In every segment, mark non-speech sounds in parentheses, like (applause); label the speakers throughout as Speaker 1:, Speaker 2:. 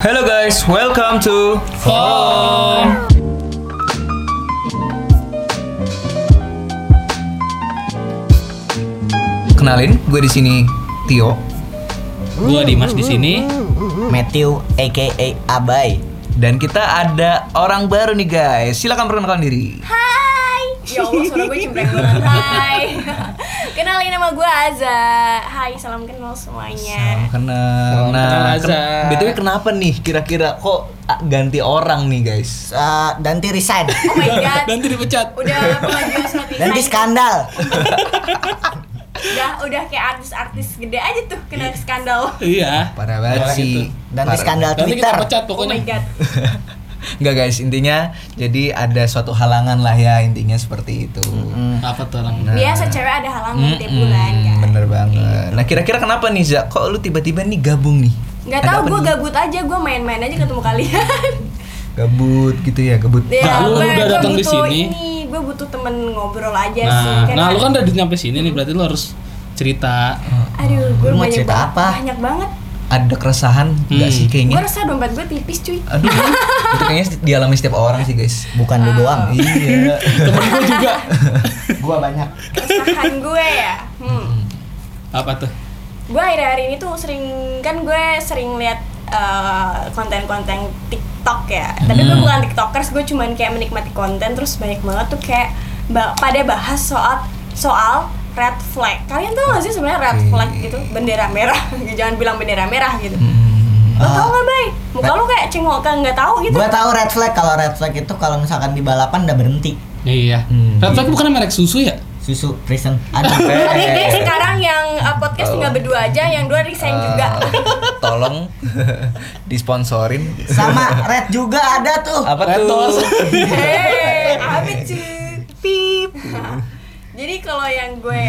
Speaker 1: Hello guys, welcome to Kenalin, gue di sini Tio.
Speaker 2: Gua Dimas di sini.
Speaker 3: Oh
Speaker 4: Matthew aka Abai.
Speaker 1: Dan kita ada orang baru nih guys. Silakan perkenalkan diri.
Speaker 3: Hai. Ya Allah, suara gue cempreng banget. Hai. (laughs) Kenalin nama gue Aza. Hai, salam kenal
Speaker 1: Salam
Speaker 3: semuanya.
Speaker 1: kenal. Nah,
Speaker 2: Salam kenal, Azza.
Speaker 1: ken- BTW kenapa nih kira-kira kok ah, ganti orang nih guys?
Speaker 4: Eh, Danti
Speaker 3: (laughs)
Speaker 4: resign.
Speaker 3: Oh my god.
Speaker 2: (laughs) Nanti dipecat.
Speaker 3: Udah pengajuan surat
Speaker 4: Danti
Speaker 3: resign.
Speaker 4: skandal.
Speaker 3: Udah udah kayak artis-artis gede aja tuh kena skandal.
Speaker 2: Iya.
Speaker 1: Parah banget
Speaker 2: Parah gitu.
Speaker 1: sih.
Speaker 4: Danti
Speaker 1: Parah.
Speaker 4: skandal
Speaker 2: Nanti kita
Speaker 4: Twitter.
Speaker 2: pecat
Speaker 3: Oh my
Speaker 2: pokoknya.
Speaker 3: god.
Speaker 1: Enggak guys, intinya jadi ada suatu halangan lah ya intinya seperti itu.
Speaker 2: Apa tuh orang?
Speaker 3: Biasa cewek ada halangan tiap
Speaker 1: Mm-mm,
Speaker 3: bulan kan.
Speaker 1: Bener banget. Nah kira-kira kenapa nih Za? Kok lu tiba-tiba nih gabung nih?
Speaker 3: Gak
Speaker 1: Ada
Speaker 3: tau,
Speaker 1: apa
Speaker 3: gue
Speaker 1: nih?
Speaker 3: gabut aja, gue main-main aja ketemu
Speaker 2: (laughs)
Speaker 3: kalian
Speaker 1: Gabut gitu ya, gabut.
Speaker 3: Iya,
Speaker 2: Nah, lu- lu
Speaker 3: gue-
Speaker 2: udah
Speaker 3: gue
Speaker 2: datang di
Speaker 3: butuh
Speaker 2: sini.
Speaker 3: ini, Gue butuh temen ngobrol aja sih
Speaker 2: Nah, nah
Speaker 3: karena-
Speaker 2: lu kan udah nyampe sini nih berarti lu harus cerita.
Speaker 3: Aduh, gue
Speaker 4: Lu mau
Speaker 3: banyak
Speaker 4: cerita
Speaker 3: banget-
Speaker 4: apa?
Speaker 3: Banyak banget
Speaker 1: Ada keresahan nggak
Speaker 2: Hmm.
Speaker 1: sih
Speaker 3: Gue
Speaker 1: kayaknya?
Speaker 3: rasa dompet gue tipis cuy
Speaker 1: Aduh, kan?
Speaker 3: (laughs)
Speaker 1: itu kayaknya seti- dialami setiap orang sih guys.
Speaker 4: Bukan
Speaker 3: Ah.
Speaker 4: lu doang.
Speaker 3: (laughs)
Speaker 1: iya.
Speaker 2: Temen gua juga.
Speaker 4: Gua banyak.
Speaker 3: keresahan gue ya hmm.
Speaker 2: Apa tuh?
Speaker 3: gue akhir-akhir ini tuh sering kan gue sering lihat eh, konten-konten TikTok ya tapi
Speaker 1: Hmm.
Speaker 3: gue bukan tiktokers gue cuman kayak menikmati konten terus banyak banget tuh kayak ba- pada bahas soal soal red flag kalian tuh gak sih sebenarnya red
Speaker 1: Oke.
Speaker 3: flag gitu bendera merah (laughs) jangan bilang bendera merah gitu
Speaker 1: Hmm.
Speaker 3: lo tau gak bay muka
Speaker 4: red-
Speaker 3: lo kayak cengokan nggak tahu gitu
Speaker 4: Gua tahu red flag kalau red flag itu kalau misalkan di balapan udah berhenti.
Speaker 2: Iya.
Speaker 1: Hmm.
Speaker 2: Red flag bukan merek susu ya?
Speaker 4: Susu prison. Ada.
Speaker 2: (laughs)
Speaker 3: Tapi deh, sekarang yang eh, podcast tinggal berdua aja yang dua resign juga
Speaker 1: Hmm. (laughs) Ah.
Speaker 3: (laughs)
Speaker 1: Tolong disponsorin.
Speaker 4: Sama red juga ada tuh.
Speaker 1: Apa
Speaker 2: Red doors.
Speaker 1: tuh?
Speaker 3: Hei, apa cuy? Pip. Nah, Jadi kalau yang gue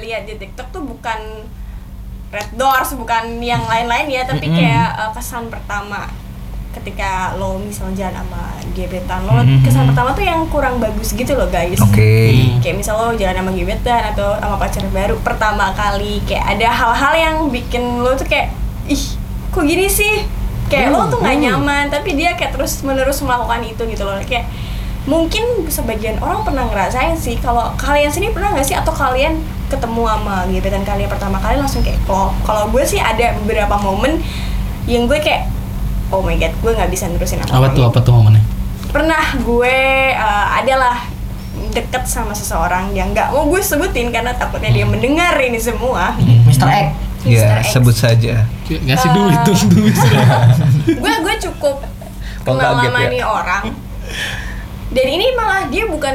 Speaker 3: lihat di TikTok tuh bukan Red Doors, bukan yang lain-lain ya, tapi
Speaker 1: Mm-mm.
Speaker 3: kayak uh, kesan pertama ketika lo misalnya jalan sama gebetan lo, kesan pertama tuh yang kurang bagus gitu loh guys.
Speaker 1: Oke.
Speaker 2: Hmm.
Speaker 3: Kayak misal lo jalan sama gebetan atau sama pacar baru pertama kali kayak ada hal-hal yang bikin lo tuh kayak ih kok gini sih kayak
Speaker 2: Hmm,
Speaker 3: lo tuh nggak nyaman tapi dia kayak terus menerus melakukan itu gitu loh kayak mungkin sebagian orang pernah ngerasain sih kalau kalian sini pernah nggak sih atau kalian ketemu sama gebetan kalian pertama kali langsung kayak klop kalau gue sih ada beberapa momen yang gue kayak oh my god gue nggak bisa nerusin
Speaker 2: Apa tuh? Apa tuh momennya?
Speaker 3: pernah gue eh, adalah deket sama seseorang yang nggak mau gue sebutin karena takutnya dia
Speaker 1: Hmm.
Speaker 3: mendengar ini semua
Speaker 4: Mr. X.
Speaker 1: Ya,
Speaker 3: Mr. X.
Speaker 1: sebut saja.
Speaker 2: Kayak Ngasih duit
Speaker 3: Ah.
Speaker 2: tuh duit.
Speaker 3: gue gue
Speaker 1: (laughs)
Speaker 3: cukup
Speaker 1: Kok
Speaker 3: kenal
Speaker 1: kaget
Speaker 3: sama
Speaker 1: ya?
Speaker 3: nih orang dan ini malah dia bukan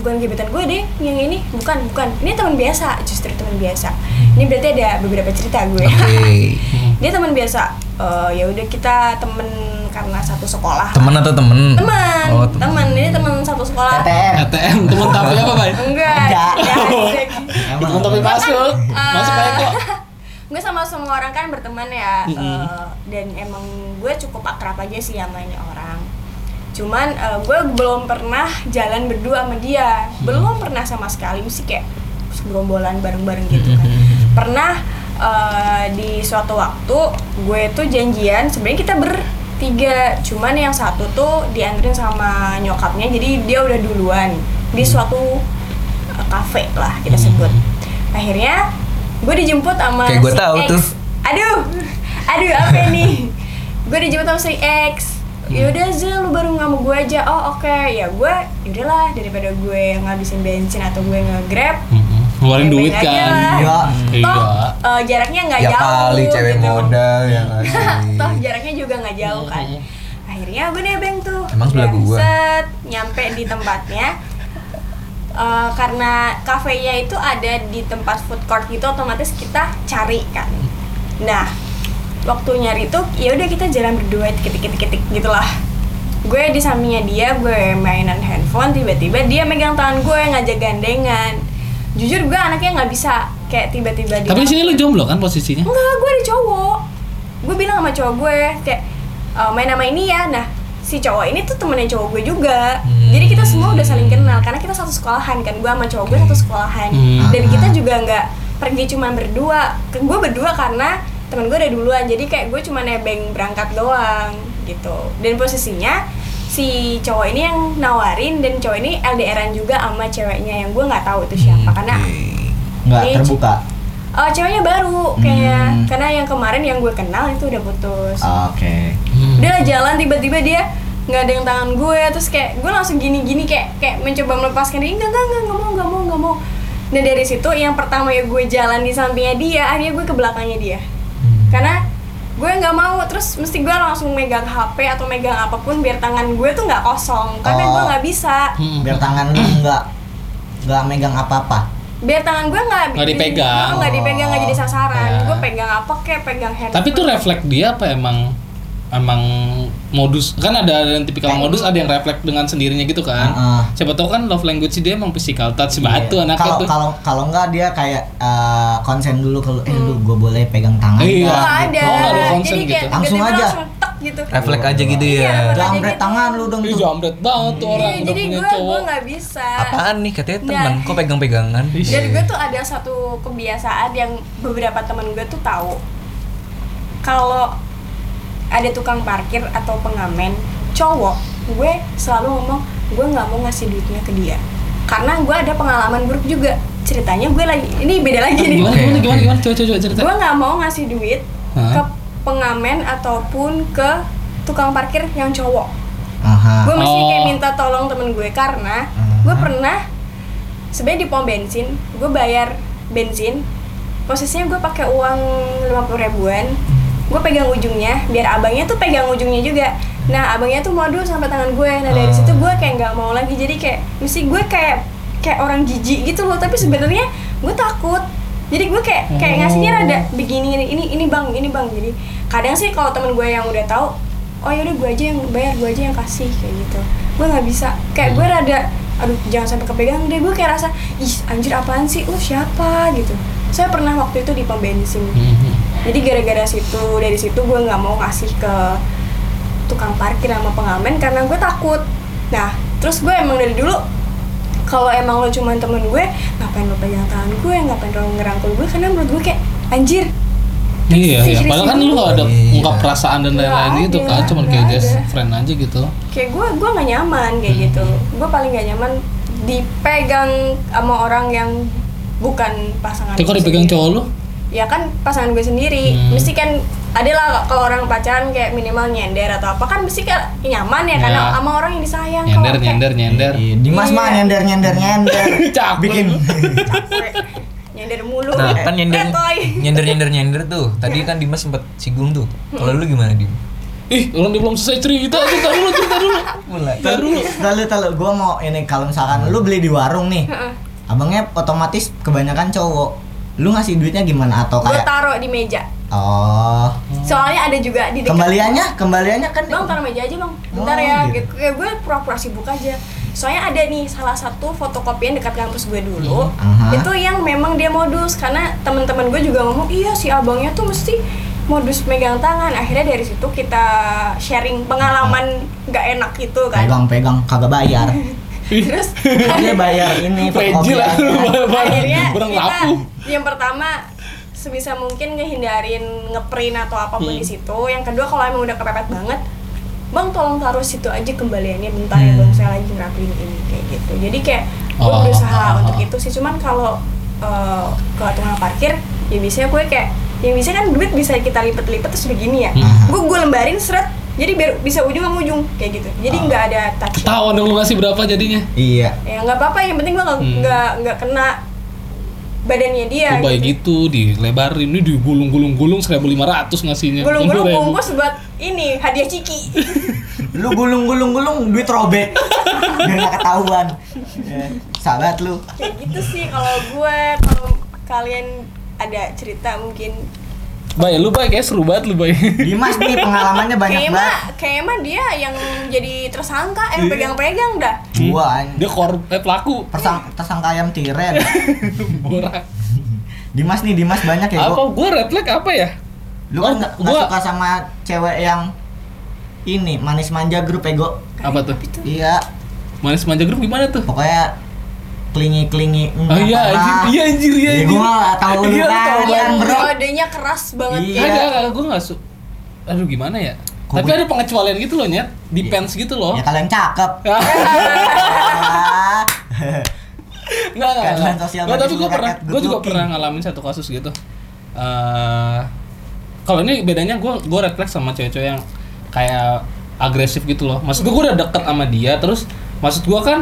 Speaker 3: bukan gebetan gue deh yang ini bukan bukan ini teman biasa justru teman biasa ini berarti ada beberapa cerita gue
Speaker 1: Oke.
Speaker 3: (laughs) dia teman biasa Eh, ya udah kita temen karena satu sekolah
Speaker 1: Teman atau temen?
Speaker 3: teman
Speaker 1: Oh,
Speaker 3: temen ini teman satu sekolah
Speaker 4: TTM.
Speaker 2: ATM temen tapi apa, Bay?
Speaker 3: enggak
Speaker 4: Enggak.
Speaker 3: ya, Zeki.
Speaker 1: (laughs)
Speaker 3: (laughs)
Speaker 4: Emang.
Speaker 2: Temen tapi masuk.
Speaker 3: Ah.
Speaker 2: Masuk Bay kok.
Speaker 3: gue Eh, sama semua orang kan berteman ya
Speaker 2: Mm-mm.
Speaker 3: eh, dan emang gue cukup akrab aja sih sama ini orang cuman eh, gue belum pernah jalan berdua sama dia belum pernah sama sekali mesti kayak segerombolan bareng-bareng gitu kan pernah eh, di suatu waktu gue tuh janjian sebenarnya kita bertiga cuman yang satu tuh dianterin sama nyokapnya jadi dia udah duluan di suatu eh, kafe lah kita sebut akhirnya gue dijemput sama
Speaker 1: Hmm. Kayak gue
Speaker 3: si
Speaker 1: tahu
Speaker 3: X.
Speaker 1: tuh.
Speaker 3: aduh aduh apa nih gue dijemput sama si X
Speaker 1: Hmm.
Speaker 3: yaudah Zil lu baru nggak sama gue aja oh oke ya gue yaudahlah daripada gue ngabisin bensin atau gue nge-grab
Speaker 2: Mm-mm. Ngeluarin
Speaker 3: Baik-baik
Speaker 2: duit
Speaker 3: aja
Speaker 2: kan.
Speaker 3: lah.
Speaker 4: Iya.
Speaker 2: Iya.
Speaker 3: toh eh, jaraknya nggak
Speaker 1: Ya
Speaker 3: jauh
Speaker 1: kali cewek
Speaker 3: gitu.
Speaker 1: modal ya nggak sih?
Speaker 3: (laughs)
Speaker 2: Iya.
Speaker 3: toh jaraknya juga nggak jauh kan
Speaker 2: Mm-mm.
Speaker 3: akhirnya gue nebeng tuh
Speaker 1: Emang sebelah
Speaker 3: Udah,
Speaker 1: gua?
Speaker 3: set, nyampe di tempatnya Eh, karena kafenya itu ada di tempat food court gitu otomatis kita cari kan nah waktu nyari tuh ya udah kita jalan berdua ketik ketik ketik gitulah gue di sampingnya dia gue mainan handphone tiba-tiba dia megang tangan gue ngajak gandengan jujur gue anaknya nggak bisa kayak tiba-tiba dia
Speaker 2: Tapi di sini lu jomblo kan posisinya?
Speaker 3: Enggak, gue ada cowok. Gue bilang sama cowok gue kayak "Eh, main nama ini ya. Nah, si cowok ini tuh temennya cowok gue juga. Jadi kita semua udah saling kenal karena kita satu sekolahan kan. Gue sama cowok gue satu sekolahan.
Speaker 2: Hmm.
Speaker 3: Dan kita juga nggak pergi cuma berdua. Gue berdua karena temen gue udah duluan jadi kayak gue cuma nebeng berangkat doang gitu dan posisinya si cowok ini yang nawarin dan cowok ini LDRan juga sama ceweknya yang gue nggak tahu itu siapa
Speaker 1: Hmm,
Speaker 3: karena
Speaker 4: nggak
Speaker 3: Ini-
Speaker 4: terbuka
Speaker 3: oh, ceweknya baru kayaknya
Speaker 4: Hmm.
Speaker 3: karena yang kemarin yang gue kenal itu udah putus
Speaker 2: Ah.
Speaker 4: oke
Speaker 2: Hmm.
Speaker 3: udah jalan tiba-tiba dia nggak ada yang tangan gue terus kayak gue langsung gini-gini kayak kayak mencoba melepaskan dia enggak enggak enggak nggak mau nggak mau nggak mau nah dari situ yang pertama ya gue jalan di sampingnya dia akhirnya gue ke belakangnya dia
Speaker 2: Hmm.
Speaker 3: karena gue nggak mau terus mesti gue langsung megang HP atau megang apapun biar tangan gue tuh nggak kosong karena
Speaker 4: Oh.
Speaker 3: gue nggak bisa
Speaker 2: Hmm.
Speaker 4: biar tangan lu nggak nggak megang apa-apa
Speaker 3: biar tangan gue nggak
Speaker 2: Nggak dipegang.
Speaker 3: nggak dipegang nggak jadi sasaran
Speaker 2: Ya.
Speaker 3: gue pegang apa kayak pegang handphone
Speaker 2: Tapi itu refleks dia apa emang emang modus kan ada yang tipikal modus ada yang refleks dengan sendirinya gitu kan.
Speaker 4: Heeh.
Speaker 2: Siapa tahu kan love language dia emang physical touch batu
Speaker 4: Iya.
Speaker 2: anaknya
Speaker 4: kalau
Speaker 2: tuh.
Speaker 4: kalau kalau nggak dia kayak eh, konsen dulu kalau eh lu gue boleh pegang tangan
Speaker 2: Iya.
Speaker 3: Hmm. Nggak
Speaker 4: nggak?
Speaker 3: ada
Speaker 2: Oh, nggak ada concern
Speaker 3: jadi kayak
Speaker 2: gitu.
Speaker 4: Langsung
Speaker 3: tiba-tiba
Speaker 4: aja.
Speaker 3: langsung tek gitu
Speaker 1: Refleks aja gitu
Speaker 3: Iya,
Speaker 1: ya.
Speaker 3: refleks.
Speaker 4: jamret tangan lu dong
Speaker 2: Ih
Speaker 4: tuh
Speaker 2: jambret banget tuh orang
Speaker 3: Iya,
Speaker 2: udah
Speaker 3: jadi
Speaker 2: punya
Speaker 3: gue
Speaker 2: cowok.
Speaker 3: gue nggak bisa
Speaker 1: Apaan nih katanya
Speaker 3: Nggak.
Speaker 1: teman, kok pegang-pegangan?
Speaker 3: jadi
Speaker 2: Iya.
Speaker 3: gue iya. tuh ada satu kebiasaan yang beberapa teman gue tuh tahu kalau ada tukang parkir atau pengamen cowok gue selalu ngomong gue nggak mau ngasih duitnya ke dia karena gue ada pengalaman buruk juga ceritanya gue lagi ini beda lagi nih
Speaker 2: Gimana
Speaker 1: Oke,
Speaker 2: gimana
Speaker 1: oke.
Speaker 2: gimana gimana coba coba coba cerita.
Speaker 3: gue nggak mau ngasih duit
Speaker 2: Hah?
Speaker 3: ke pengamen ataupun ke tukang parkir yang cowok
Speaker 4: Aha.
Speaker 3: gue mesti kayak
Speaker 2: Oh.
Speaker 3: minta tolong temen gue karena gue pernah sebenarnya di pom bensin gue bayar bensin posisinya gue pakai uang lima ribuan gue pegang ujungnya biar abangnya tuh pegang ujungnya juga nah abangnya tuh modul sampai tangan gue nah dari situ gue kayak nggak mau lagi jadi kayak mesti gue kayak kayak orang jijik gitu loh tapi sebenarnya gue takut jadi gue kayak kayak ngasihnya rada begini ini ini ini bang ini bang jadi kadang sih kalau temen gue yang udah tahu oh yaudah gue aja yang bayar gue aja yang kasih kayak gitu gue nggak bisa kayak gue rada aduh jangan sampai kepegang deh gue kayak rasa ih anjir apaan sih lu siapa gitu saya pernah waktu itu di pom bensin
Speaker 2: Mhm.
Speaker 3: jadi gara-gara situ dari situ gue nggak mau kasih ke tukang parkir sama pengamen karena gue takut nah terus gue emang dari dulu kalau emang lo cuman temen gue ngapain lo pegang tangan gue ngapain lo ngerangkul gue karena menurut gue kayak anjir
Speaker 2: Iya, iya.
Speaker 3: Sisi-sisi
Speaker 2: Padahal kan lu nggak ada
Speaker 1: Iya.
Speaker 2: ungkap perasaan dan lain-lain
Speaker 3: Nggak
Speaker 2: gitu
Speaker 3: ada,
Speaker 2: kan, cuman
Speaker 3: nggak
Speaker 2: kayak just
Speaker 3: ada.
Speaker 2: friend aja gitu.
Speaker 3: kayak gue gue nggak nyaman kayak
Speaker 2: Hmm.
Speaker 3: gitu gue paling nggak nyaman dipegang sama orang yang bukan pasangan
Speaker 2: Tapi kalau
Speaker 3: gue
Speaker 2: kan dipegang
Speaker 3: sendiri.
Speaker 2: cowok lu,
Speaker 3: ya kan pasangan gue sendiri
Speaker 2: Hmm.
Speaker 3: mesti kan adalah kalau orang pacaran kayak minimal nyender atau apa kan mesti kan nyaman ya karena
Speaker 2: Ya.
Speaker 3: sama orang yang disayang kalau
Speaker 2: nyender
Speaker 3: kayak
Speaker 2: nyender nyender.
Speaker 4: Iya, Dimas mah
Speaker 3: Iya.
Speaker 4: nyender nyender nyender
Speaker 2: (laughs) Cakep.
Speaker 4: bikin
Speaker 3: capek. nyender mulu Eh,
Speaker 1: Nah, kan nyender
Speaker 3: Letoy.
Speaker 1: nyender nyender nyender tuh. Tadi kan Dimas sempat singgung tuh. Kalau lu gimana, Dim?
Speaker 2: Ih, orang dia belum selesai cerita, cerita dulu, cerita dulu.
Speaker 1: Mulai.
Speaker 2: Baru
Speaker 3: Iya.
Speaker 4: lalu lalu gue mau ini kalau misalkan lu beli di warung nih abangnya otomatis kebanyakan cowok lu ngasih duitnya gimana atau
Speaker 3: gue
Speaker 4: kayak
Speaker 3: taruh di meja
Speaker 2: Hmm.
Speaker 4: oh
Speaker 3: soalnya ada juga di dekat
Speaker 4: kembaliannya kembaliannya kan
Speaker 3: bang taruh meja aja bang bentar
Speaker 4: Oh,
Speaker 3: ya
Speaker 4: gitu.
Speaker 3: gitu. kayak gue pura-pura sibuk aja soalnya ada nih salah satu fotokopian dekat kampus gue dulu
Speaker 4: Iya. Aha.
Speaker 3: itu yang memang dia modus karena teman-teman gue juga ngomong iya si abangnya tuh mesti modus megang tangan akhirnya dari situ kita sharing pengalaman nggak enak itu kan
Speaker 4: pegang pegang kagak
Speaker 3: (laughs)
Speaker 4: bayar
Speaker 3: terus
Speaker 4: (laughs) dia bayar ini
Speaker 2: Pejil lah,
Speaker 4: fotokopiannya.
Speaker 3: akhirnya
Speaker 2: barang barang
Speaker 3: kita
Speaker 2: lapu.
Speaker 3: yang pertama sebisa mungkin ngehindarin ngeprint atau apapun
Speaker 2: Hmm.
Speaker 3: di situ yang kedua kalau emang udah kepepet banget bang tolong taruh situ aja kembaliannya bentar ya
Speaker 2: Hmm.
Speaker 3: bang saya lagi ngerapiin ini kayak gitu jadi kayak gue
Speaker 2: Oh,
Speaker 3: berusaha
Speaker 2: oh, oh.
Speaker 3: untuk itu sih cuman kalau eh, ke tukang parkir ya biasanya gue kayak yang biasanya kan duit bisa kita lipet-lipet terus begini ya
Speaker 2: Hmm.
Speaker 3: gue gue lembarin seret jadi biar bisa ujung sama ujung kayak gitu jadi
Speaker 2: Ah.
Speaker 3: nggak ada touch
Speaker 2: Ketahuan dong lu ngasih berapa jadinya.
Speaker 4: iya
Speaker 3: ya nggak apa-apa yang penting gua nggak
Speaker 2: Hmm.
Speaker 3: nggak nggak kena badannya
Speaker 2: Lu
Speaker 3: dia
Speaker 2: baik gitu, dilebarin, ini digulung-gulung-gulung 1500 ngasihnya. ya.
Speaker 3: gulung-gulung
Speaker 2: 10.000.
Speaker 3: bungkus buat ini hadiah ciki
Speaker 4: lu gulung gulung gulung duit robek biar nggak
Speaker 3: (laughs)
Speaker 4: ketahuan Eh, sahabat lu
Speaker 3: kayak gitu sih kalau gue kalau kalian ada cerita mungkin
Speaker 2: Bay, lu bay kayak seru banget lu bay.
Speaker 4: Dimas nih pengalamannya banyak
Speaker 3: kayaknya
Speaker 4: banget
Speaker 3: mah kayaknya mah dia yang jadi tersangka
Speaker 2: Iya.
Speaker 3: yang pegang-pegang dah
Speaker 4: gua
Speaker 2: (laughs)
Speaker 4: anj-
Speaker 2: Dia kor eh pelaku
Speaker 4: tersang tersangka ayam
Speaker 2: (laughs)
Speaker 4: tiren
Speaker 2: borak.
Speaker 4: Dimas nih Dimas banyak ya
Speaker 2: Apa
Speaker 4: gua
Speaker 2: gua red flag apa ya?
Speaker 4: lu
Speaker 2: Oh,
Speaker 4: kan nggak nggak
Speaker 2: gua-
Speaker 4: suka sama cewek yang ini manis manja grup ego
Speaker 2: Apa tuh?
Speaker 3: Itu.
Speaker 4: iya
Speaker 2: Manis manja grup gimana tuh?
Speaker 4: pokoknya klingi-klingi mm,
Speaker 2: Oh iya,
Speaker 4: apalah.
Speaker 2: anjir, iya anjir, iya
Speaker 4: Ya,
Speaker 2: anjir.
Speaker 4: gua nggak tahu lu
Speaker 2: Iya,
Speaker 4: kan,
Speaker 2: tahu
Speaker 3: yang
Speaker 4: bro.
Speaker 3: metodenya keras banget
Speaker 4: Iya.
Speaker 3: ya.
Speaker 2: Enggak, enggak, gue gak su... Aduh gimana ya?
Speaker 4: Kok
Speaker 2: Tapi
Speaker 4: gue-
Speaker 2: ada pengecualian gitu loh, Nyet. Depends gitu loh.
Speaker 4: ya kalian
Speaker 2: (laughs)
Speaker 4: cakep Ah.
Speaker 2: Enggak, enggak,
Speaker 4: Keadilan
Speaker 2: enggak.
Speaker 4: sosial
Speaker 2: Enggak,
Speaker 4: bagi
Speaker 2: tapi gue
Speaker 4: masyarakat
Speaker 2: pernah,
Speaker 4: good
Speaker 2: gue juga
Speaker 4: looking.
Speaker 2: pernah ngalamin satu kasus gitu. Eh, kalau ini bedanya gue gue refleks sama cewek-cewek yang kayak agresif gitu loh. Maksud gue gue udah deket sama dia, terus maksud gue kan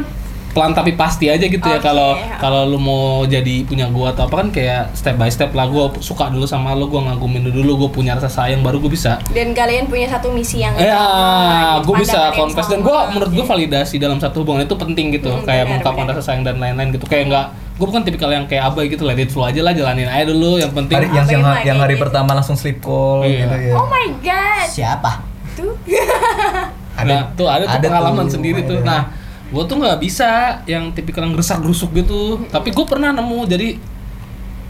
Speaker 2: pelan tapi pasti aja gitu ya
Speaker 3: Oke.
Speaker 2: kalau kalau lu mau jadi punya gua atau apa kan kayak step by step lah gua suka dulu sama lu gua ngagumin lu dulu gua punya rasa sayang baru gua bisa
Speaker 3: Dan kalian punya satu misi yang
Speaker 2: Ya,
Speaker 3: sama,
Speaker 2: gue
Speaker 3: Iya, pandangan
Speaker 2: bisa
Speaker 3: yang
Speaker 2: confess dan
Speaker 3: sama.
Speaker 2: gue menurut gue validasi dalam satu hubungan itu penting gitu,
Speaker 3: Hmm,
Speaker 2: kayak
Speaker 3: benar,
Speaker 2: mengungkapkan
Speaker 3: benar.
Speaker 2: rasa sayang dan lain-lain gitu, kayak nggak gue bukan tipikal yang kayak abai gitu, let it flow aja lah, jalanin aja dulu, yang penting.
Speaker 1: Hari- yang, yang,
Speaker 3: Bagaimana
Speaker 1: yang hari
Speaker 3: gitu?
Speaker 1: pertama langsung sleep call
Speaker 2: Iya.
Speaker 1: gitu ya.
Speaker 3: Oh my god.
Speaker 4: (laughs) Gitu. siapa
Speaker 3: Tuh.
Speaker 2: nah, tuh ada, tuh
Speaker 1: ada
Speaker 2: pengalaman
Speaker 1: tuh,
Speaker 2: sendiri tuh.
Speaker 1: ada.
Speaker 2: Nah, gue tuh nggak bisa yang tipikal yang gerusak gerusuk gitu, tapi gue pernah nemu jadi,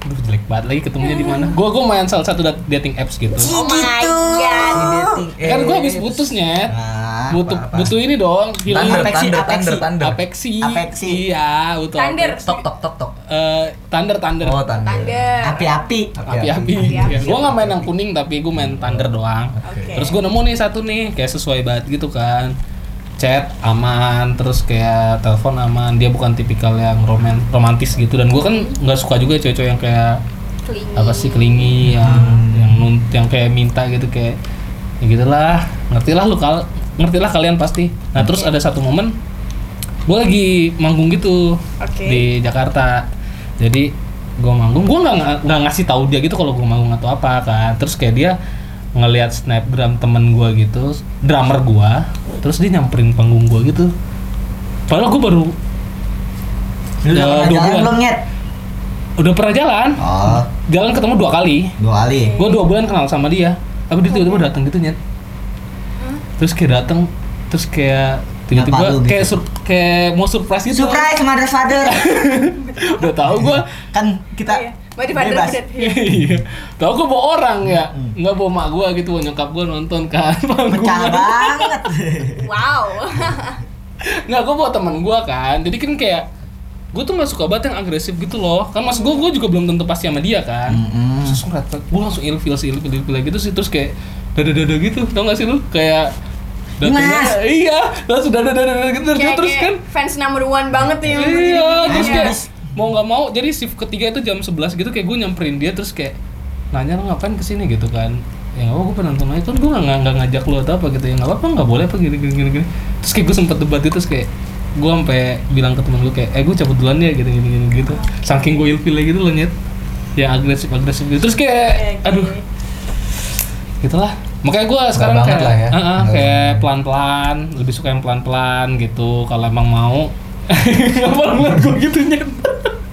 Speaker 2: aduh jelek banget lagi ketemunya di mana? Gue gue main salah satu dat- dating apps gitu.
Speaker 3: Oh my god.
Speaker 1: Eh,
Speaker 2: Kan gue habis putusnya,
Speaker 4: Nah,
Speaker 2: butuh
Speaker 4: apa-apa.
Speaker 2: butuh ini dong, healing.
Speaker 1: Thunder,
Speaker 4: Apeksi,
Speaker 1: thunder,
Speaker 4: apeksi.
Speaker 1: thunder, thunder.
Speaker 2: apeksi,
Speaker 4: Apeksi.
Speaker 2: iya, butuh
Speaker 3: Thunder.
Speaker 2: apeksi.
Speaker 1: Tok tok tok tok.
Speaker 2: Eh, thunder, thunder.
Speaker 1: Oh, thunder.
Speaker 4: Iya.
Speaker 3: Thunder.
Speaker 4: api-api
Speaker 2: api-api.
Speaker 3: Api-api.
Speaker 2: Ya, Gua nggak main yang kuning tapi gua main thunder doang.
Speaker 3: Oke.
Speaker 2: Terus gua nemu nih satu nih kayak sesuai banget gitu kan. Chat aman, terus kayak telepon aman. Dia bukan tipikal yang roman romantis gitu dan gua kan nggak suka juga cewek-cewek yang kayak
Speaker 3: Klingi.
Speaker 2: apa sih kelingi yang yang nun- yang kayak minta gitu kayak ya gitulah. Ngertilah lu kal ngertilah kalian pasti. Nah, terus ada satu momen gua lagi manggung gitu
Speaker 3: Oke.
Speaker 2: di Jakarta jadi gue manggung gue nggak nggak ngasih tahu dia gitu kalau gue manggung atau apa kan terus kayak dia ngelihat snapgram temen gue gitu drummer gue terus dia nyamperin panggung gue gitu padahal gue baru
Speaker 4: Lu udah
Speaker 2: Ya,
Speaker 4: pernah
Speaker 2: dua
Speaker 4: jalan
Speaker 2: bulan.
Speaker 4: belum nyet?
Speaker 2: udah pernah jalan
Speaker 4: Oh,
Speaker 2: jalan ketemu dua kali
Speaker 4: dua kali.
Speaker 2: gue dua bulan kenal sama dia tapi dia tiba-tiba datang gitu nyet terus kayak datang terus kayak
Speaker 4: Nyapa lu
Speaker 2: tiba-tiba
Speaker 4: gitu.
Speaker 2: kayak sur- kayak mau surprise gitu
Speaker 4: Surprise mother father.
Speaker 2: (laughs) udah tahu gue
Speaker 4: kan kita
Speaker 3: Iya. Mau dipandir
Speaker 4: bebas.
Speaker 3: bener. Iya.
Speaker 2: Iya. Tahu gue bawa orang ya,
Speaker 4: Hmm.
Speaker 2: nggak bawa mak gue gitu, bawa nyokap gue nonton kan (laughs)
Speaker 4: Pecah
Speaker 2: panggungan.
Speaker 4: banget.
Speaker 3: Wow.
Speaker 2: Nggak gue bawa teman gue kan, jadi kan kayak gue tuh nggak suka banget yang agresif gitu loh. Kan mas gue gue juga belum tentu pasti sama dia kan.
Speaker 4: Mm-mm.
Speaker 2: Terus gue gue langsung ilfil sih ilfil ilfil gitu sih terus kayak dada dada gitu, tau gak sih lu kayak
Speaker 4: Mas!
Speaker 2: datangnya- iya langsung dada dada gitu
Speaker 3: Kayak-
Speaker 2: terus
Speaker 3: kayak
Speaker 2: kan
Speaker 3: fans number one banget ya.
Speaker 2: Iya, terus
Speaker 4: Iya.
Speaker 2: kayak mau nggak mau jadi shift ketiga itu jam 11 gitu kayak gue nyamperin dia terus kayak nanya lo ngapain kesini gitu kan ya nggak apa gue penonton aja kan gue nggak nggak- nggak ngajak lo atau apa gitu ya nggak apa nggak boleh apa gini gini gini gini terus kayak gue sempet debat gitu terus kayak gue sampai bilang ke temen gue kayak eh gue cabut duluan ya gitu gini gini gitu saking gue ilfil gitu loh nyet ya agresif agresif gitu terus kayak
Speaker 3: Oke.
Speaker 2: aduh gitulah makanya gue sekarang
Speaker 1: banget
Speaker 2: kayak
Speaker 1: lah ya.
Speaker 2: Ah, ah,
Speaker 1: Nggak
Speaker 2: kayak
Speaker 1: banget.
Speaker 2: pelan-pelan lebih suka yang pelan-pelan gitu kalau emang mau (laughs) ngapa lu ngeliat gue gitu nyet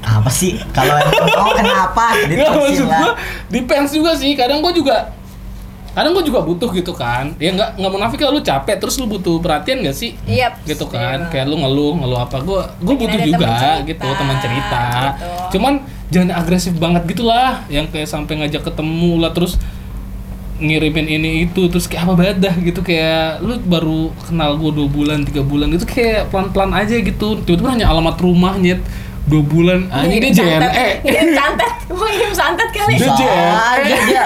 Speaker 4: Apa sih? Kalau emang mau kenapa?
Speaker 2: nggak maksud
Speaker 4: Diterusin
Speaker 2: gue
Speaker 4: lah.
Speaker 2: depends juga sih kadang gue juga kadang gue juga butuh gitu kan ya nggak nggak munafik kalau lu capek terus lu butuh perhatian gak sih
Speaker 3: Yap,
Speaker 2: gitu
Speaker 3: setuju
Speaker 2: kan
Speaker 3: banget.
Speaker 2: kayak lu ngeluh ngeluh apa gue gue
Speaker 3: Mungkin
Speaker 2: butuh
Speaker 3: ada
Speaker 2: juga
Speaker 3: teman cerita,
Speaker 2: gitu teman cerita
Speaker 3: gitu.
Speaker 2: cuman jangan agresif banget gitulah yang kayak sampai ngajak ketemu lah terus ngirimin ini itu terus kayak apa banget dah gitu kayak lu baru kenal gue dua bulan tiga bulan itu kayak pelan pelan aja gitu tiba-tiba hanya alamat rumahnya dua bulan Ah, anjing
Speaker 3: Iya,
Speaker 2: dia
Speaker 3: Santet. (laughs)
Speaker 2: JNE
Speaker 3: Ngirim santet. Mau ngirim santet kali.
Speaker 2: Dia
Speaker 4: Bisa
Speaker 2: jet.
Speaker 4: aja Iya, dia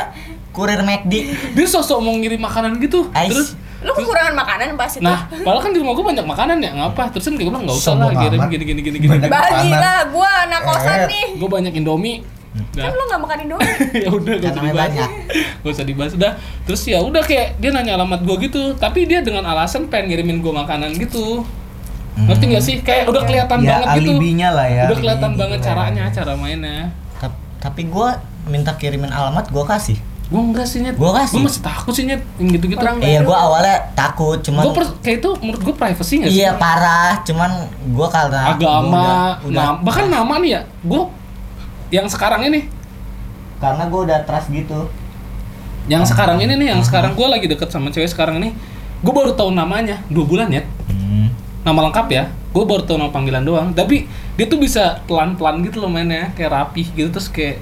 Speaker 4: kurir E McD.
Speaker 2: dia sosok mau ngirim makanan gitu
Speaker 4: Ais.
Speaker 2: terus
Speaker 3: Lu kekurangan makanan pas itu.
Speaker 2: nah padahal kan di rumah gue banyak makanan ya ngapa terus kan gue bilang nggak usah lah
Speaker 1: Sombong
Speaker 2: kirim
Speaker 1: amat.
Speaker 2: gini gini gini gini
Speaker 1: Banyak.
Speaker 3: Bagi
Speaker 1: makanan.
Speaker 3: lah, gua anak kosan
Speaker 1: Eh.
Speaker 3: nih.
Speaker 2: gue banyak indomie
Speaker 1: Hmm.
Speaker 2: Dah.
Speaker 3: Kan lu gak makan Indomie.
Speaker 2: (laughs) ya udah gak usah
Speaker 4: Karena
Speaker 2: dibahas
Speaker 4: banyak.
Speaker 2: gak usah dibahas udah terus ya udah kayak dia nanya alamat gue gitu tapi dia dengan alasan pengen ngirimin gue makanan gitu ngerti gak sih kayak udah kelihatan
Speaker 1: Hmm. Ya,
Speaker 2: banget gitu
Speaker 1: alibinya lah ya,
Speaker 2: udah kelihatan
Speaker 1: alibinya
Speaker 2: banget
Speaker 1: gitu lah.
Speaker 2: caranya cara mainnya
Speaker 4: Tap- Tapi gue minta kirimin alamat gue kasih.
Speaker 2: gue enggak sih nyet
Speaker 4: Gua kasih.
Speaker 2: Gua masih takut sih nyet gitu gitu
Speaker 3: Orang-
Speaker 4: Iya gue awalnya takut cuman
Speaker 2: gue kayak itu menurut gue privacy gak sih
Speaker 4: Iya parah, cuman gue karena
Speaker 2: agama,
Speaker 4: gua udah, udah-
Speaker 2: nam- bahkan nama nih ya, gue yang sekarang ini,
Speaker 4: karena gue udah trust gitu.
Speaker 2: yang sekarang ini nih, yang sekarang gue lagi deket sama cewek sekarang ini, gue baru tahu namanya dua bulan ya,
Speaker 4: Hmm.
Speaker 2: nama lengkap ya, gue baru tahu nama panggilan doang, tapi dia tuh bisa pelan-pelan gitu loh mainnya, kayak rapih gitu terus kayak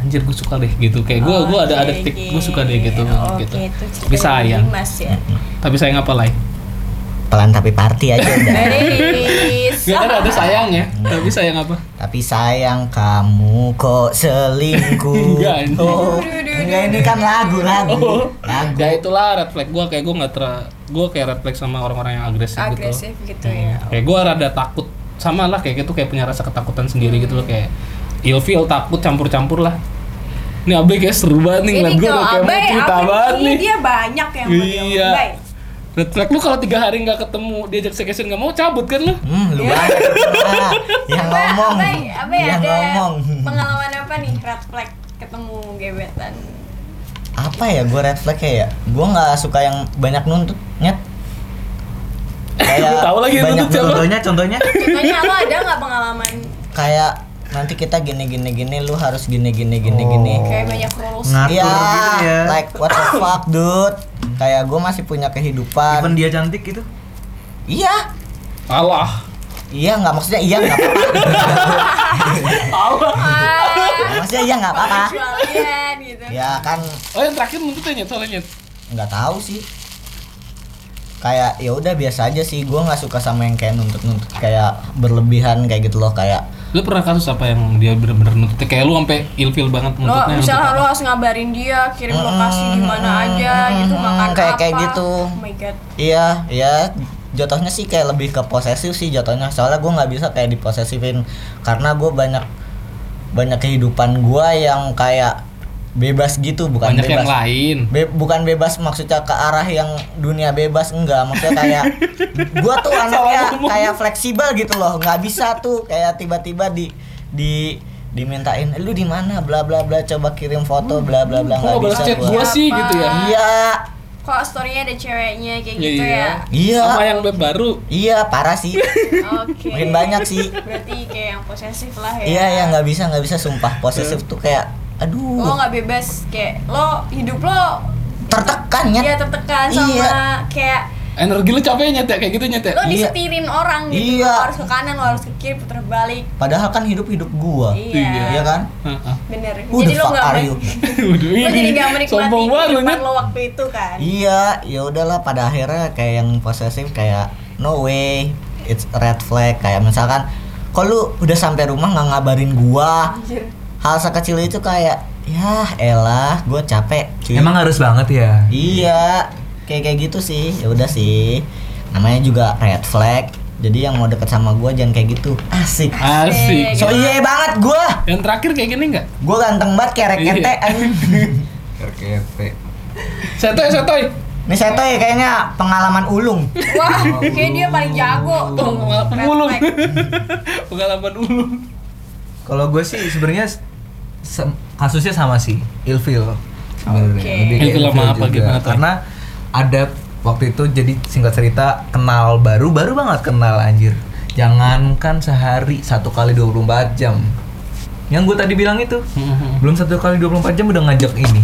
Speaker 2: anjir gue suka deh gitu kayak gue gua ada ada
Speaker 3: Oke,
Speaker 2: titik gue suka deh gitu
Speaker 3: Iya, oke.
Speaker 2: gitu
Speaker 3: Oke, itu cerita
Speaker 2: tapi sayang
Speaker 3: Dimas ya.
Speaker 2: tapi sayang apa lah (laughs)
Speaker 4: Pelan tapi party aja udah. (laughs)
Speaker 3: Baris.
Speaker 2: Gak ada ada sayang ya. Tapi sayang apa?
Speaker 4: Tapi sayang kamu kok
Speaker 2: (laughs)
Speaker 4: selingkuh.
Speaker 2: Enggak, anjing.
Speaker 4: Oh, enggak ini kan lagu lagu.
Speaker 2: Oh.
Speaker 4: Lagu.
Speaker 2: Ya itulah red flag gue kayak gue nggak ter gue kayak red flag sama orang-orang yang agresif,
Speaker 3: agresif
Speaker 2: gitu.
Speaker 3: gitu ya.
Speaker 2: Kayak gue rada takut sama lah kayak gitu kayak punya rasa ketakutan sendiri gitu loh kayak ilfeel takut campur-campur lah. Ini abe kayak seru banget nih ngeliat
Speaker 3: Ini
Speaker 2: gue
Speaker 3: kalau
Speaker 2: kayak mau
Speaker 3: abai,
Speaker 2: cerita
Speaker 3: abai
Speaker 2: banget
Speaker 3: ini
Speaker 2: nih.
Speaker 3: dia banyak yang mau dia
Speaker 2: Iya.
Speaker 3: abai.
Speaker 2: Red flag lu kalau tiga hari nggak ketemu diajak staycation nggak mau cabut kan lu?
Speaker 4: Hmm, lu banyak ah, yang
Speaker 3: Abai,
Speaker 4: ngomong.
Speaker 3: abai, abai
Speaker 4: Yang
Speaker 3: ya, ada
Speaker 4: ngomong.
Speaker 3: pengalaman apa nih red flag ketemu gebetan?
Speaker 4: Apa ya gue red flag ya? Gue nggak suka yang banyak nuntut,
Speaker 1: (laughs)
Speaker 4: nyet. Kayak
Speaker 2: Tahu lagi yang
Speaker 4: banyak
Speaker 2: nuntut siapa?
Speaker 4: contohnya, contohnya
Speaker 3: Contohnya lo ada nggak pengalaman
Speaker 4: kayak nanti kita gini gini gini, lu harus gini gini gini
Speaker 1: Oh.
Speaker 4: gini.
Speaker 3: kayak banyak rules?
Speaker 1: Ngatur
Speaker 4: Iya,
Speaker 1: gitu ya.
Speaker 4: like what the fuck dude. Kayak gue masih punya
Speaker 1: Even
Speaker 4: kehidupan.
Speaker 1: dia cantik gitu.
Speaker 4: Iya,
Speaker 2: Allah.
Speaker 4: Iya nggak maksudnya iya nggak apa-apa. maksudnya iya nggak apa-apa.
Speaker 3: Jualan gitu.
Speaker 4: Ya kan
Speaker 2: Oh yang terakhir nuntut ya Nyet, soalnya Nyet.
Speaker 4: nggak tahu sih. Kayak ya udah biasa aja sih. Gue nggak suka sama yang kayak nuntut-nuntut kayak berlebihan kayak gitu loh kayak.
Speaker 2: Lu pernah kasus apa yang dia bener-bener nuntut? Kayak lu sampai ilfil banget
Speaker 3: Lo
Speaker 2: nuntutnya. nuntut
Speaker 3: misalnya
Speaker 2: apa?
Speaker 3: lo harus ngabarin dia, kirim lokasi di mana aja gitu,
Speaker 4: hmm,
Speaker 3: makan
Speaker 4: kayak-
Speaker 3: apa.
Speaker 4: kayak gitu.
Speaker 3: Oh my god.
Speaker 4: Iya, iya. Jatuhnya sih kayak lebih ke posesif sih jatuhnya. Soalnya gue nggak bisa kayak diposesifin karena gue banyak banyak kehidupan gue yang kayak bebas gitu bukan
Speaker 2: banyak
Speaker 4: bebas.
Speaker 2: yang lain.
Speaker 4: Be- bukan bebas maksudnya ke arah yang dunia bebas enggak maksudnya
Speaker 2: (laughs)
Speaker 4: kayak gua tuh anaknya kayak fleksibel gitu loh nggak bisa tuh kayak tiba-tiba di di dimintain "Eh, lu di mana bla bla bla coba kirim foto bla bla bla
Speaker 2: Kok
Speaker 4: nggak
Speaker 2: nggak balas
Speaker 4: bisa
Speaker 2: chat
Speaker 4: gua.
Speaker 2: Oh, gua sih gitu ya?
Speaker 4: iya
Speaker 3: Kok story-nya ada ceweknya kayak
Speaker 2: Iya,
Speaker 3: gitu
Speaker 2: iya.
Speaker 3: ya?
Speaker 4: iya
Speaker 2: Sama yang web baru.
Speaker 4: iya parah sih
Speaker 2: (laughs)
Speaker 3: Oke.
Speaker 4: makin banyak sih
Speaker 3: Berarti kayak yang posesif lah ya.
Speaker 4: iya ya nggak bisa nggak bisa sumpah posesif tuh kayak
Speaker 3: Lo
Speaker 4: aduh
Speaker 3: Oh, nggak bebas kayak lo hidup lo
Speaker 4: tertekan ya
Speaker 3: ya tertekan sama
Speaker 4: Iya.
Speaker 3: kayak
Speaker 2: Energi lu capek Nyet ya kayak gitu Nyet ya.
Speaker 3: lo
Speaker 4: Iya.
Speaker 3: disetirin orang gitu.
Speaker 4: Iya.
Speaker 3: Lo harus ke kanan, lo harus ke kiri, putar balik.
Speaker 4: padahal kan hidup hidup gua
Speaker 3: Iya.
Speaker 4: iya kan
Speaker 2: Heeh.
Speaker 3: Bener.
Speaker 4: Who
Speaker 3: jadi
Speaker 4: the
Speaker 3: lo
Speaker 4: fuck
Speaker 3: nggak
Speaker 4: are
Speaker 3: men-
Speaker 4: you?
Speaker 2: (laughs) Waduh,
Speaker 3: lo jadi
Speaker 2: ini
Speaker 3: nggak menikmati
Speaker 2: sombong banget lu
Speaker 3: kehidupan
Speaker 2: Nyet.
Speaker 3: lo waktu itu kan.
Speaker 4: Iya, ya udahlah pada akhirnya kayak yang posesif kayak no way, it's a red flag kayak misalkan kok lu udah sampai rumah nggak ngabarin gua.
Speaker 3: Anjir.
Speaker 4: Hal sekecil itu kayak ya elah, gua capek. cuy."
Speaker 1: Emang harus banget ya.
Speaker 4: iya, kayak kayak gitu sih. Ya udah sih. Namanya juga red flag. Jadi yang mau deket sama gua jangan kayak gitu. Asik.
Speaker 2: Asik.
Speaker 3: Asik.
Speaker 4: So iya banget gua.
Speaker 2: Yang terakhir kayak gini enggak?
Speaker 4: Gua ganteng banget kayak
Speaker 2: Iya.
Speaker 4: rekete.
Speaker 1: Kerkete.
Speaker 2: Setoy setoy.
Speaker 4: Ini saya tuh ya kayaknya pengalaman ulung.
Speaker 3: Wah, kayak dia paling jago tuh.
Speaker 2: Oh, pengalaman
Speaker 3: Red
Speaker 2: ulung.
Speaker 3: flag.
Speaker 2: (laughs) pengalaman ulung.
Speaker 1: Kalau gue sih sebenarnya s- sem- kasusnya sama sih, ilfil sebenarnya.
Speaker 3: Oke.
Speaker 1: Lebih ke
Speaker 2: Ilfil sama apa,
Speaker 1: juga.
Speaker 2: gimana tuh?
Speaker 1: Karena ada waktu itu jadi singkat cerita kenal baru baru banget kenal anjir. Jangankan sehari satu kali 24 jam. Yang gue tadi bilang itu belum satu kali 24 jam udah ngajak ini.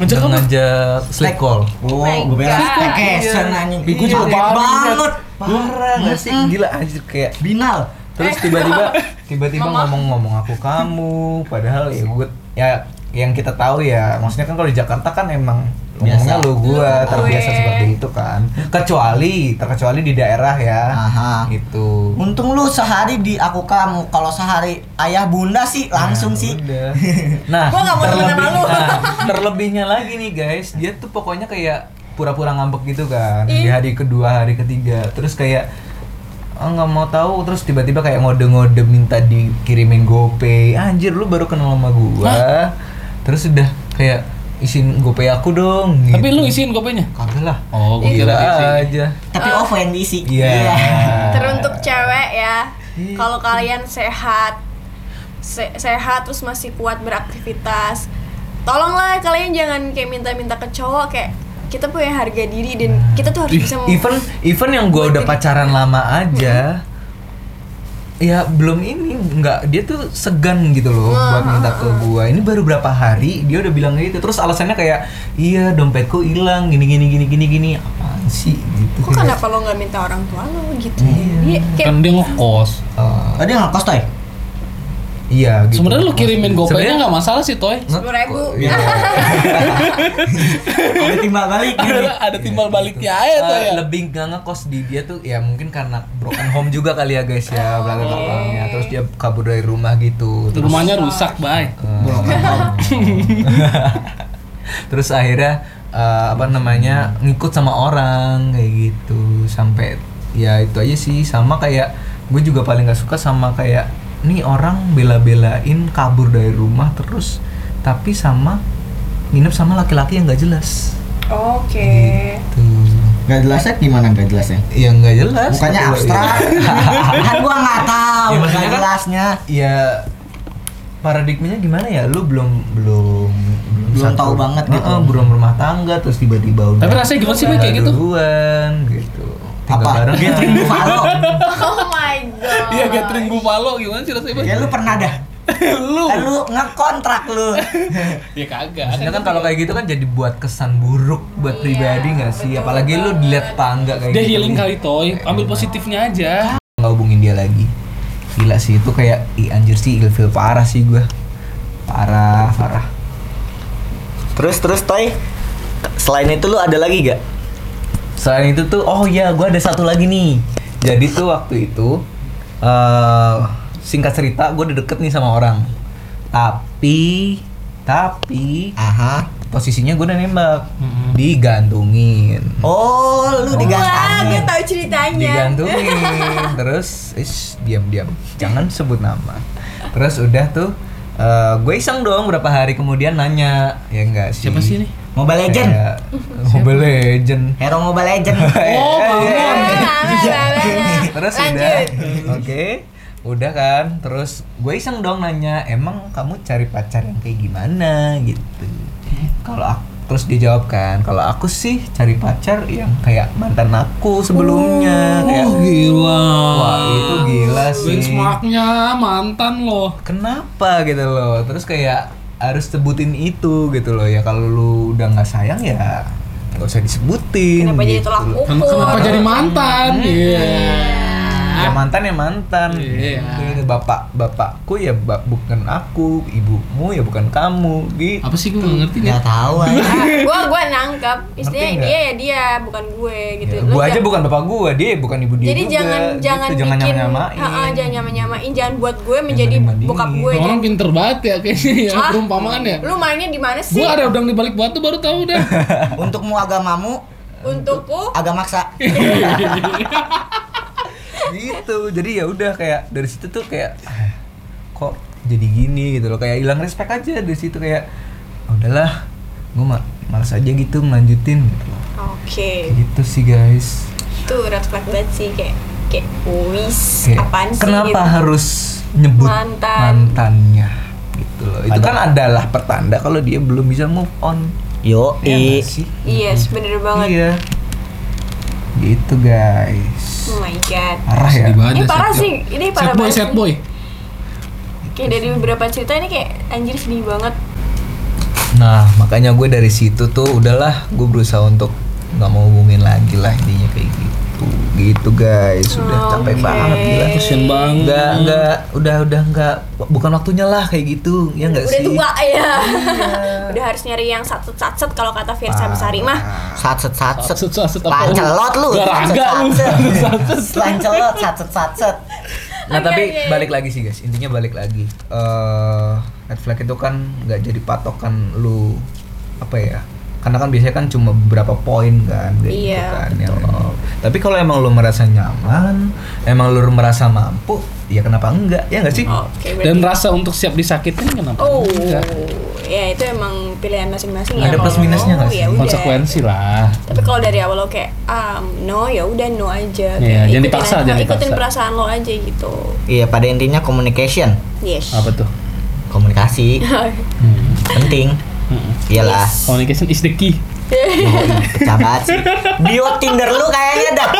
Speaker 2: Ngajak
Speaker 1: udah
Speaker 2: apa?
Speaker 1: ngajak sleep call.
Speaker 4: Oh,
Speaker 3: my
Speaker 4: gue bilang
Speaker 3: God.
Speaker 4: staycation anjing.
Speaker 2: Ih, gua juga
Speaker 4: Capek
Speaker 2: parah,
Speaker 4: banget.
Speaker 1: Iya. Parah gak sih? Gila anjir kayak
Speaker 4: Binal.
Speaker 1: terus tiba-tiba tiba-tiba ngomong-ngomong aku kamu padahal ya gue ya yang kita tahu ya maksudnya kan kalau di Jakarta kan emang
Speaker 4: Biasa.
Speaker 1: ngomongnya lu gua
Speaker 3: Lu
Speaker 1: terbiasa
Speaker 3: gue.
Speaker 1: seperti itu kan kecuali terkecuali di daerah ya
Speaker 4: Aha.
Speaker 1: gitu
Speaker 4: Untung lu sehari di aku kamu. Kalau sehari ayah bunda sih langsung
Speaker 1: Nah,
Speaker 4: sih.
Speaker 3: (laughs)
Speaker 1: udah. Nah,
Speaker 3: Gua nggak mau temenan sama lu. (laughs)
Speaker 1: nah, terlebihnya lagi nih guys, dia tuh pokoknya kayak pura-pura ngambek gitu kan. Di
Speaker 3: Ih.
Speaker 1: hari kedua, hari ketiga, terus kayak "Ah, nggak mau tahu terus tiba-tiba kayak ngode-ngode minta dikirimin GoPay. Anjir, lu baru kenal sama gua. Terus udah kayak isin GoPay aku dong
Speaker 2: Tapi
Speaker 1: gitu.
Speaker 2: lu isiin gopenya.
Speaker 1: kagak lah.
Speaker 2: Oh, gua
Speaker 1: Gila
Speaker 2: kira isiin.
Speaker 1: aja.
Speaker 4: Tapi offend sih.
Speaker 1: Iya.
Speaker 3: Teruntuk cewek ya.
Speaker 4: Iya.
Speaker 3: Kalau kalian sehat se- sehat terus masih kuat beraktivitas. Tolonglah kalian jangan kayak minta-minta ke cowok kayak kita punya harga diri dan kita tuh harus bisa mem-
Speaker 1: even even yang gue udah pacaran lama aja ya belum ini nggak dia tuh segan gitu loh buat minta ke gua ini baru berapa hari dia udah bilang gitu terus alasannya kayak iya dompetku hilang gini gini gini gini gini apaan sih gitu
Speaker 3: Kok kenapa lo nggak minta orang tua lo gitu ya? Iya, kayak
Speaker 2: Kan dia ngekos.
Speaker 1: Eh,
Speaker 4: Tadi ngekos toy.
Speaker 1: Iya gitu.
Speaker 2: Sebenarnya lu kirimin gopaynya
Speaker 1: Sebenarnya-
Speaker 2: nggak masalah sih toy.
Speaker 3: Sepuluh ribu.
Speaker 1: (laughs)
Speaker 3: (laughs)
Speaker 1: Iya.
Speaker 4: Ada timbal balik gini.
Speaker 2: Ada, ada timbal baliknya aja
Speaker 1: Eh,
Speaker 2: tuh ya.
Speaker 1: lebih nggak ngekos di dia tuh ya mungkin karena broken home juga kali ya guys ya belakang belakangnya terus dia kabur dari rumah gitu terus
Speaker 2: Rumahnya rusak, bye.
Speaker 1: eh, (laughs) terus akhirnya eh, apa namanya ngikut sama orang kayak gitu sampai ya itu aja sih sama kayak gue juga paling nggak suka sama kayak nih orang bela-belain kabur dari rumah terus tapi sama nginep sama laki-laki yang nggak jelas
Speaker 3: Oke.
Speaker 1: tuh
Speaker 4: Gak jelasnya gimana gak jelasnya?
Speaker 1: ya nggak jelas
Speaker 4: Bukannya
Speaker 1: Kalau- (laughs)
Speaker 4: abstrak. kan gua nggak tahu
Speaker 1: Ya,
Speaker 4: gak
Speaker 1: maksudnya kan-
Speaker 4: jelasnya.
Speaker 1: ya paradigmanya gimana ya lu belum belum
Speaker 4: Belum tahu banget gitu.
Speaker 1: Heeh, belum rumah tangga terus tiba-tiba udah
Speaker 2: Tapi rasanya gimana sih Boy, kayak gitu?
Speaker 1: duluan gitu tinggal
Speaker 4: Apa? Iya.
Speaker 1: bareng
Speaker 4: Gathering Buffalo.
Speaker 3: (laughs) Oh my god.
Speaker 2: Iya gathering buffalo gimana sih rasanya? Boy?
Speaker 1: Iya.
Speaker 4: Ya lu pernah dah.
Speaker 2: Lu.
Speaker 4: Kan lu ngekontrak lu.
Speaker 2: Ya kagak.
Speaker 1: Maksudnya kan kalau kayak gitu kan jadi buat kesan buruk buat
Speaker 3: Iya,
Speaker 1: pribadi nggak sih
Speaker 3: betul
Speaker 1: apalagi lu
Speaker 3: banget.
Speaker 1: dilihat tangga kayak
Speaker 2: Dia
Speaker 1: gitu
Speaker 2: healing kali toy, ambil positifnya aja.
Speaker 1: nggak hubungin dia lagi gila sih itu kayak ih anjir sih ilfil parah sih gua parah parah
Speaker 4: Terus terus Toy. Selain itu lu ada lagi gak?
Speaker 1: Selain itu tuh, oh iya, gue ada satu lagi nih. Jadi tuh waktu itu, eh singkat cerita, gue udah deket nih sama orang. Tapi, tapi
Speaker 4: Aha.
Speaker 1: posisinya gue udah nembak, digantungin,
Speaker 4: Oh,
Speaker 3: Wah,
Speaker 4: lu
Speaker 3: gue
Speaker 4: digantungin.
Speaker 3: tahu ceritanya.
Speaker 4: Iya. (laughs)
Speaker 1: digantungin. Terus, ish, diam-diam, jangan sebut nama. Terus udah tuh, gue iseng dong berapa hari kemudian nanya, ya enggak sih?
Speaker 2: Siapa sih ini?
Speaker 1: Iya.
Speaker 4: Mobile Legend.
Speaker 1: Kayak Mobile Legend.
Speaker 4: Hero Mobile Legend.
Speaker 1: (laughs) Iya.
Speaker 2: Oh, bangun.
Speaker 1: terus udah
Speaker 3: Lanjut.
Speaker 1: oke udah kan terus gue iseng dong nanya emang kamu cari pacar yang kayak gimana gitu kalau aku terus dia jawab kan kalau aku sih cari pacar yang kayak mantan aku sebelumnya kayak
Speaker 2: gila.
Speaker 1: Oh, wah itu gila sih
Speaker 2: Benchmarknya mantan loh.
Speaker 1: kenapa gitu loh terus kayak harus sebutin itu gitu loh ya kalau lu udah nggak sayang ya nggak usah disebutin
Speaker 3: (laughs) Kenapa jadi
Speaker 1: gitu
Speaker 3: tolak
Speaker 1: loh.
Speaker 3: ukur?
Speaker 2: Ken- Kenapa jadi mantan? Iya.
Speaker 3: Iya.
Speaker 1: ya mantan ya mantan
Speaker 2: Iya.
Speaker 1: Gitu. bapak bapakku ya ba- bukan aku ibumu ya bukan kamu gitu
Speaker 2: Apa sih gue nggak ngerti ya? nih?
Speaker 4: Gak tahu ah.
Speaker 3: Iya.
Speaker 4: aja.
Speaker 3: gue gue nangkap istilah
Speaker 1: Iya. Ngerti
Speaker 3: dia ya dia bukan gue gitu
Speaker 1: Ya,
Speaker 3: Lu
Speaker 1: gua aja
Speaker 3: jangan-
Speaker 1: bukan bapak gua dia bukan ibu dia
Speaker 3: jadi
Speaker 1: juga,
Speaker 3: jangan
Speaker 1: gitu.
Speaker 3: jangan
Speaker 1: jangan
Speaker 3: bikin
Speaker 1: nyamain
Speaker 3: Ha-ha, jangan nyamain nyamain jangan buat gue menjadi
Speaker 1: banding-bandingin.
Speaker 3: bokap gue
Speaker 2: Orang
Speaker 3: jadi
Speaker 2: pinter banget ya kayaknya ya
Speaker 3: Ah,
Speaker 2: perumpamaan ya.
Speaker 3: lu mainnya di mana
Speaker 2: Gue
Speaker 3: sih
Speaker 2: ada udang di balik batu baru tahu dah.
Speaker 4: Untukmu agamamu,
Speaker 3: untukku
Speaker 4: agak maksa.
Speaker 1: gitu jadi ya udah kayak dari situ tuh kayak "Ah, kok jadi gini gitu loh kayak hilang respect aja dari situ kayak "Ah, udahlah gua ma- malas aja gitu melanjutin gitu loh
Speaker 3: oke
Speaker 1: Kayak gitu sih guys
Speaker 3: itu red flag banget sih kayak kayak wis
Speaker 1: Kayak,
Speaker 3: apaan sih
Speaker 1: kenapa
Speaker 3: gitu.
Speaker 1: harus nyebut
Speaker 3: Mantan.
Speaker 1: mantannya gitu loh itu kan adalah pertanda kalau dia belum bisa move on
Speaker 4: Yo,
Speaker 1: Ya nggak sih
Speaker 3: iya yes, bener banget
Speaker 1: iya gitu guys
Speaker 3: oh my god
Speaker 1: (laughs) parah ya
Speaker 2: Sedih banget
Speaker 3: ini
Speaker 2: dah,
Speaker 3: parah
Speaker 2: sad
Speaker 3: sih ini parah
Speaker 2: Sad boy,
Speaker 3: banget
Speaker 2: sad
Speaker 3: sih.
Speaker 2: boy.
Speaker 3: kayak dari beberapa cerita ini kayak anjir sedih banget
Speaker 1: nah makanya gue dari situ tuh udahlah gue berusaha untuk nggak mau hubungin lagi lah intinya kayak gitu gitu guys sudah capek
Speaker 3: Oh, Oke.
Speaker 1: banget gila
Speaker 2: Kesian banget.
Speaker 1: nggak nggak udah udah nggak bukan waktunya lah kayak gitu ya nggak
Speaker 3: udah
Speaker 1: sih
Speaker 3: tua ya (laughs) udah harus nyari yang satset satset kalau kata Firsa Besari mah
Speaker 4: satset satset
Speaker 2: Satset, satset apa?
Speaker 4: lancelot lu
Speaker 2: Garaga lu.
Speaker 4: satset lancelot satset satset
Speaker 1: Nah
Speaker 3: Oke,
Speaker 1: tapi
Speaker 3: oke.
Speaker 1: balik lagi sih guys, intinya balik lagi. eh red flag itu kan nggak jadi patokan lu apa ya? Karena kan biasanya kan cuma beberapa poin kan, kayak gitu
Speaker 3: Iya,
Speaker 1: kan, ya lo. Tapi kalau emang lu merasa nyaman, emang lu merasa mampu, ya kenapa enggak? Ya nggak sih?
Speaker 3: oke
Speaker 2: Ah. Dan
Speaker 3: berarti-
Speaker 2: rasa untuk siap disakitin kenapa?
Speaker 3: Oh,
Speaker 2: enggak?
Speaker 3: ya itu emang pilihan masing-masing
Speaker 1: Ada
Speaker 3: ya.
Speaker 1: plus
Speaker 3: Kalau
Speaker 1: minusnya
Speaker 3: mau,
Speaker 1: nggak sih?
Speaker 3: ya udah.
Speaker 2: Konsekuensi lah.
Speaker 3: Tapi kalau dari awal lo kayak um, no ya udah no aja.
Speaker 2: Iya,
Speaker 3: Kayak
Speaker 2: jangan
Speaker 3: ikutin
Speaker 2: dipaksa,
Speaker 3: aja-
Speaker 2: jangan
Speaker 3: Ikutin
Speaker 2: dipaksa.
Speaker 3: perasaan lo aja gitu.
Speaker 4: iya pada intinya communication
Speaker 3: Yes. (laughs)
Speaker 2: Apa tuh?
Speaker 4: komunikasi penting iyalah
Speaker 2: Communication is the key. (laughs)
Speaker 4: pecah banget sih bio tinder lu kayaknya dah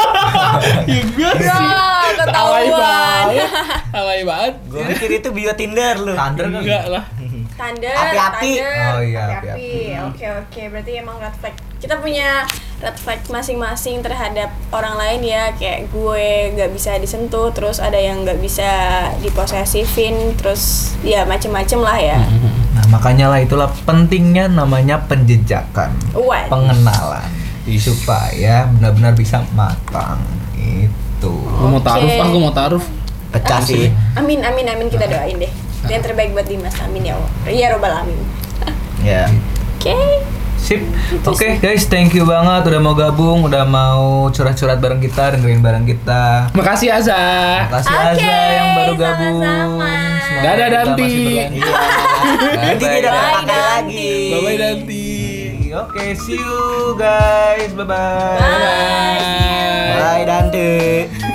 Speaker 2: Iya gue sih.
Speaker 3: Wah,
Speaker 2: Alay
Speaker 3: ketahuan.
Speaker 2: banget. Alay banget.
Speaker 4: gue pikir itu bio tinder lu
Speaker 1: Thunder kan?
Speaker 2: Enggak lah.
Speaker 3: Thunder,
Speaker 4: Api-api.
Speaker 3: Thunder,
Speaker 1: Oh iya,
Speaker 3: api-api. Oke oke, berarti emang red flag. Kita punya red flag masing-masing terhadap orang lain ya. Kayak gue nggak bisa disentuh, terus ada yang nggak bisa diposesifin, terus ya macem-macem lah ya.
Speaker 1: Nah, makanya lah itulah pentingnya namanya penjejakan,
Speaker 3: What?
Speaker 1: pengenalan supaya benar-benar bisa matang. Itu.
Speaker 2: Gue
Speaker 3: Oh.
Speaker 2: mau taruh,
Speaker 3: Oke.
Speaker 2: ah gue mau taruh.
Speaker 4: Pecah sih.
Speaker 3: Amin amin amin kita doain deh. Yang terbaik buat Dimas, amin ya Allah. Ya robbal amin.
Speaker 4: Ya.
Speaker 3: Oke.
Speaker 1: Sip. Oke, guys, thank you banget udah mau gabung, udah mau curhat-curhat bareng kita, dengerin bareng kita.
Speaker 2: Makasih Aza.
Speaker 1: Makasih
Speaker 3: Oke,
Speaker 1: Azza yang baru
Speaker 3: sama-sama.
Speaker 1: gabung. Semoga
Speaker 2: Dadah,
Speaker 1: kita
Speaker 2: Danti.
Speaker 1: masih berlanjut.
Speaker 4: Iya. Nanti
Speaker 1: Bye-bye.
Speaker 4: tidak
Speaker 3: Bye,
Speaker 4: pakai
Speaker 3: Danti.
Speaker 4: lagi.
Speaker 2: Bye-bye nanti.
Speaker 1: Oke, see you guys. Bye-bye.
Speaker 3: Bye.
Speaker 4: Bye Dante.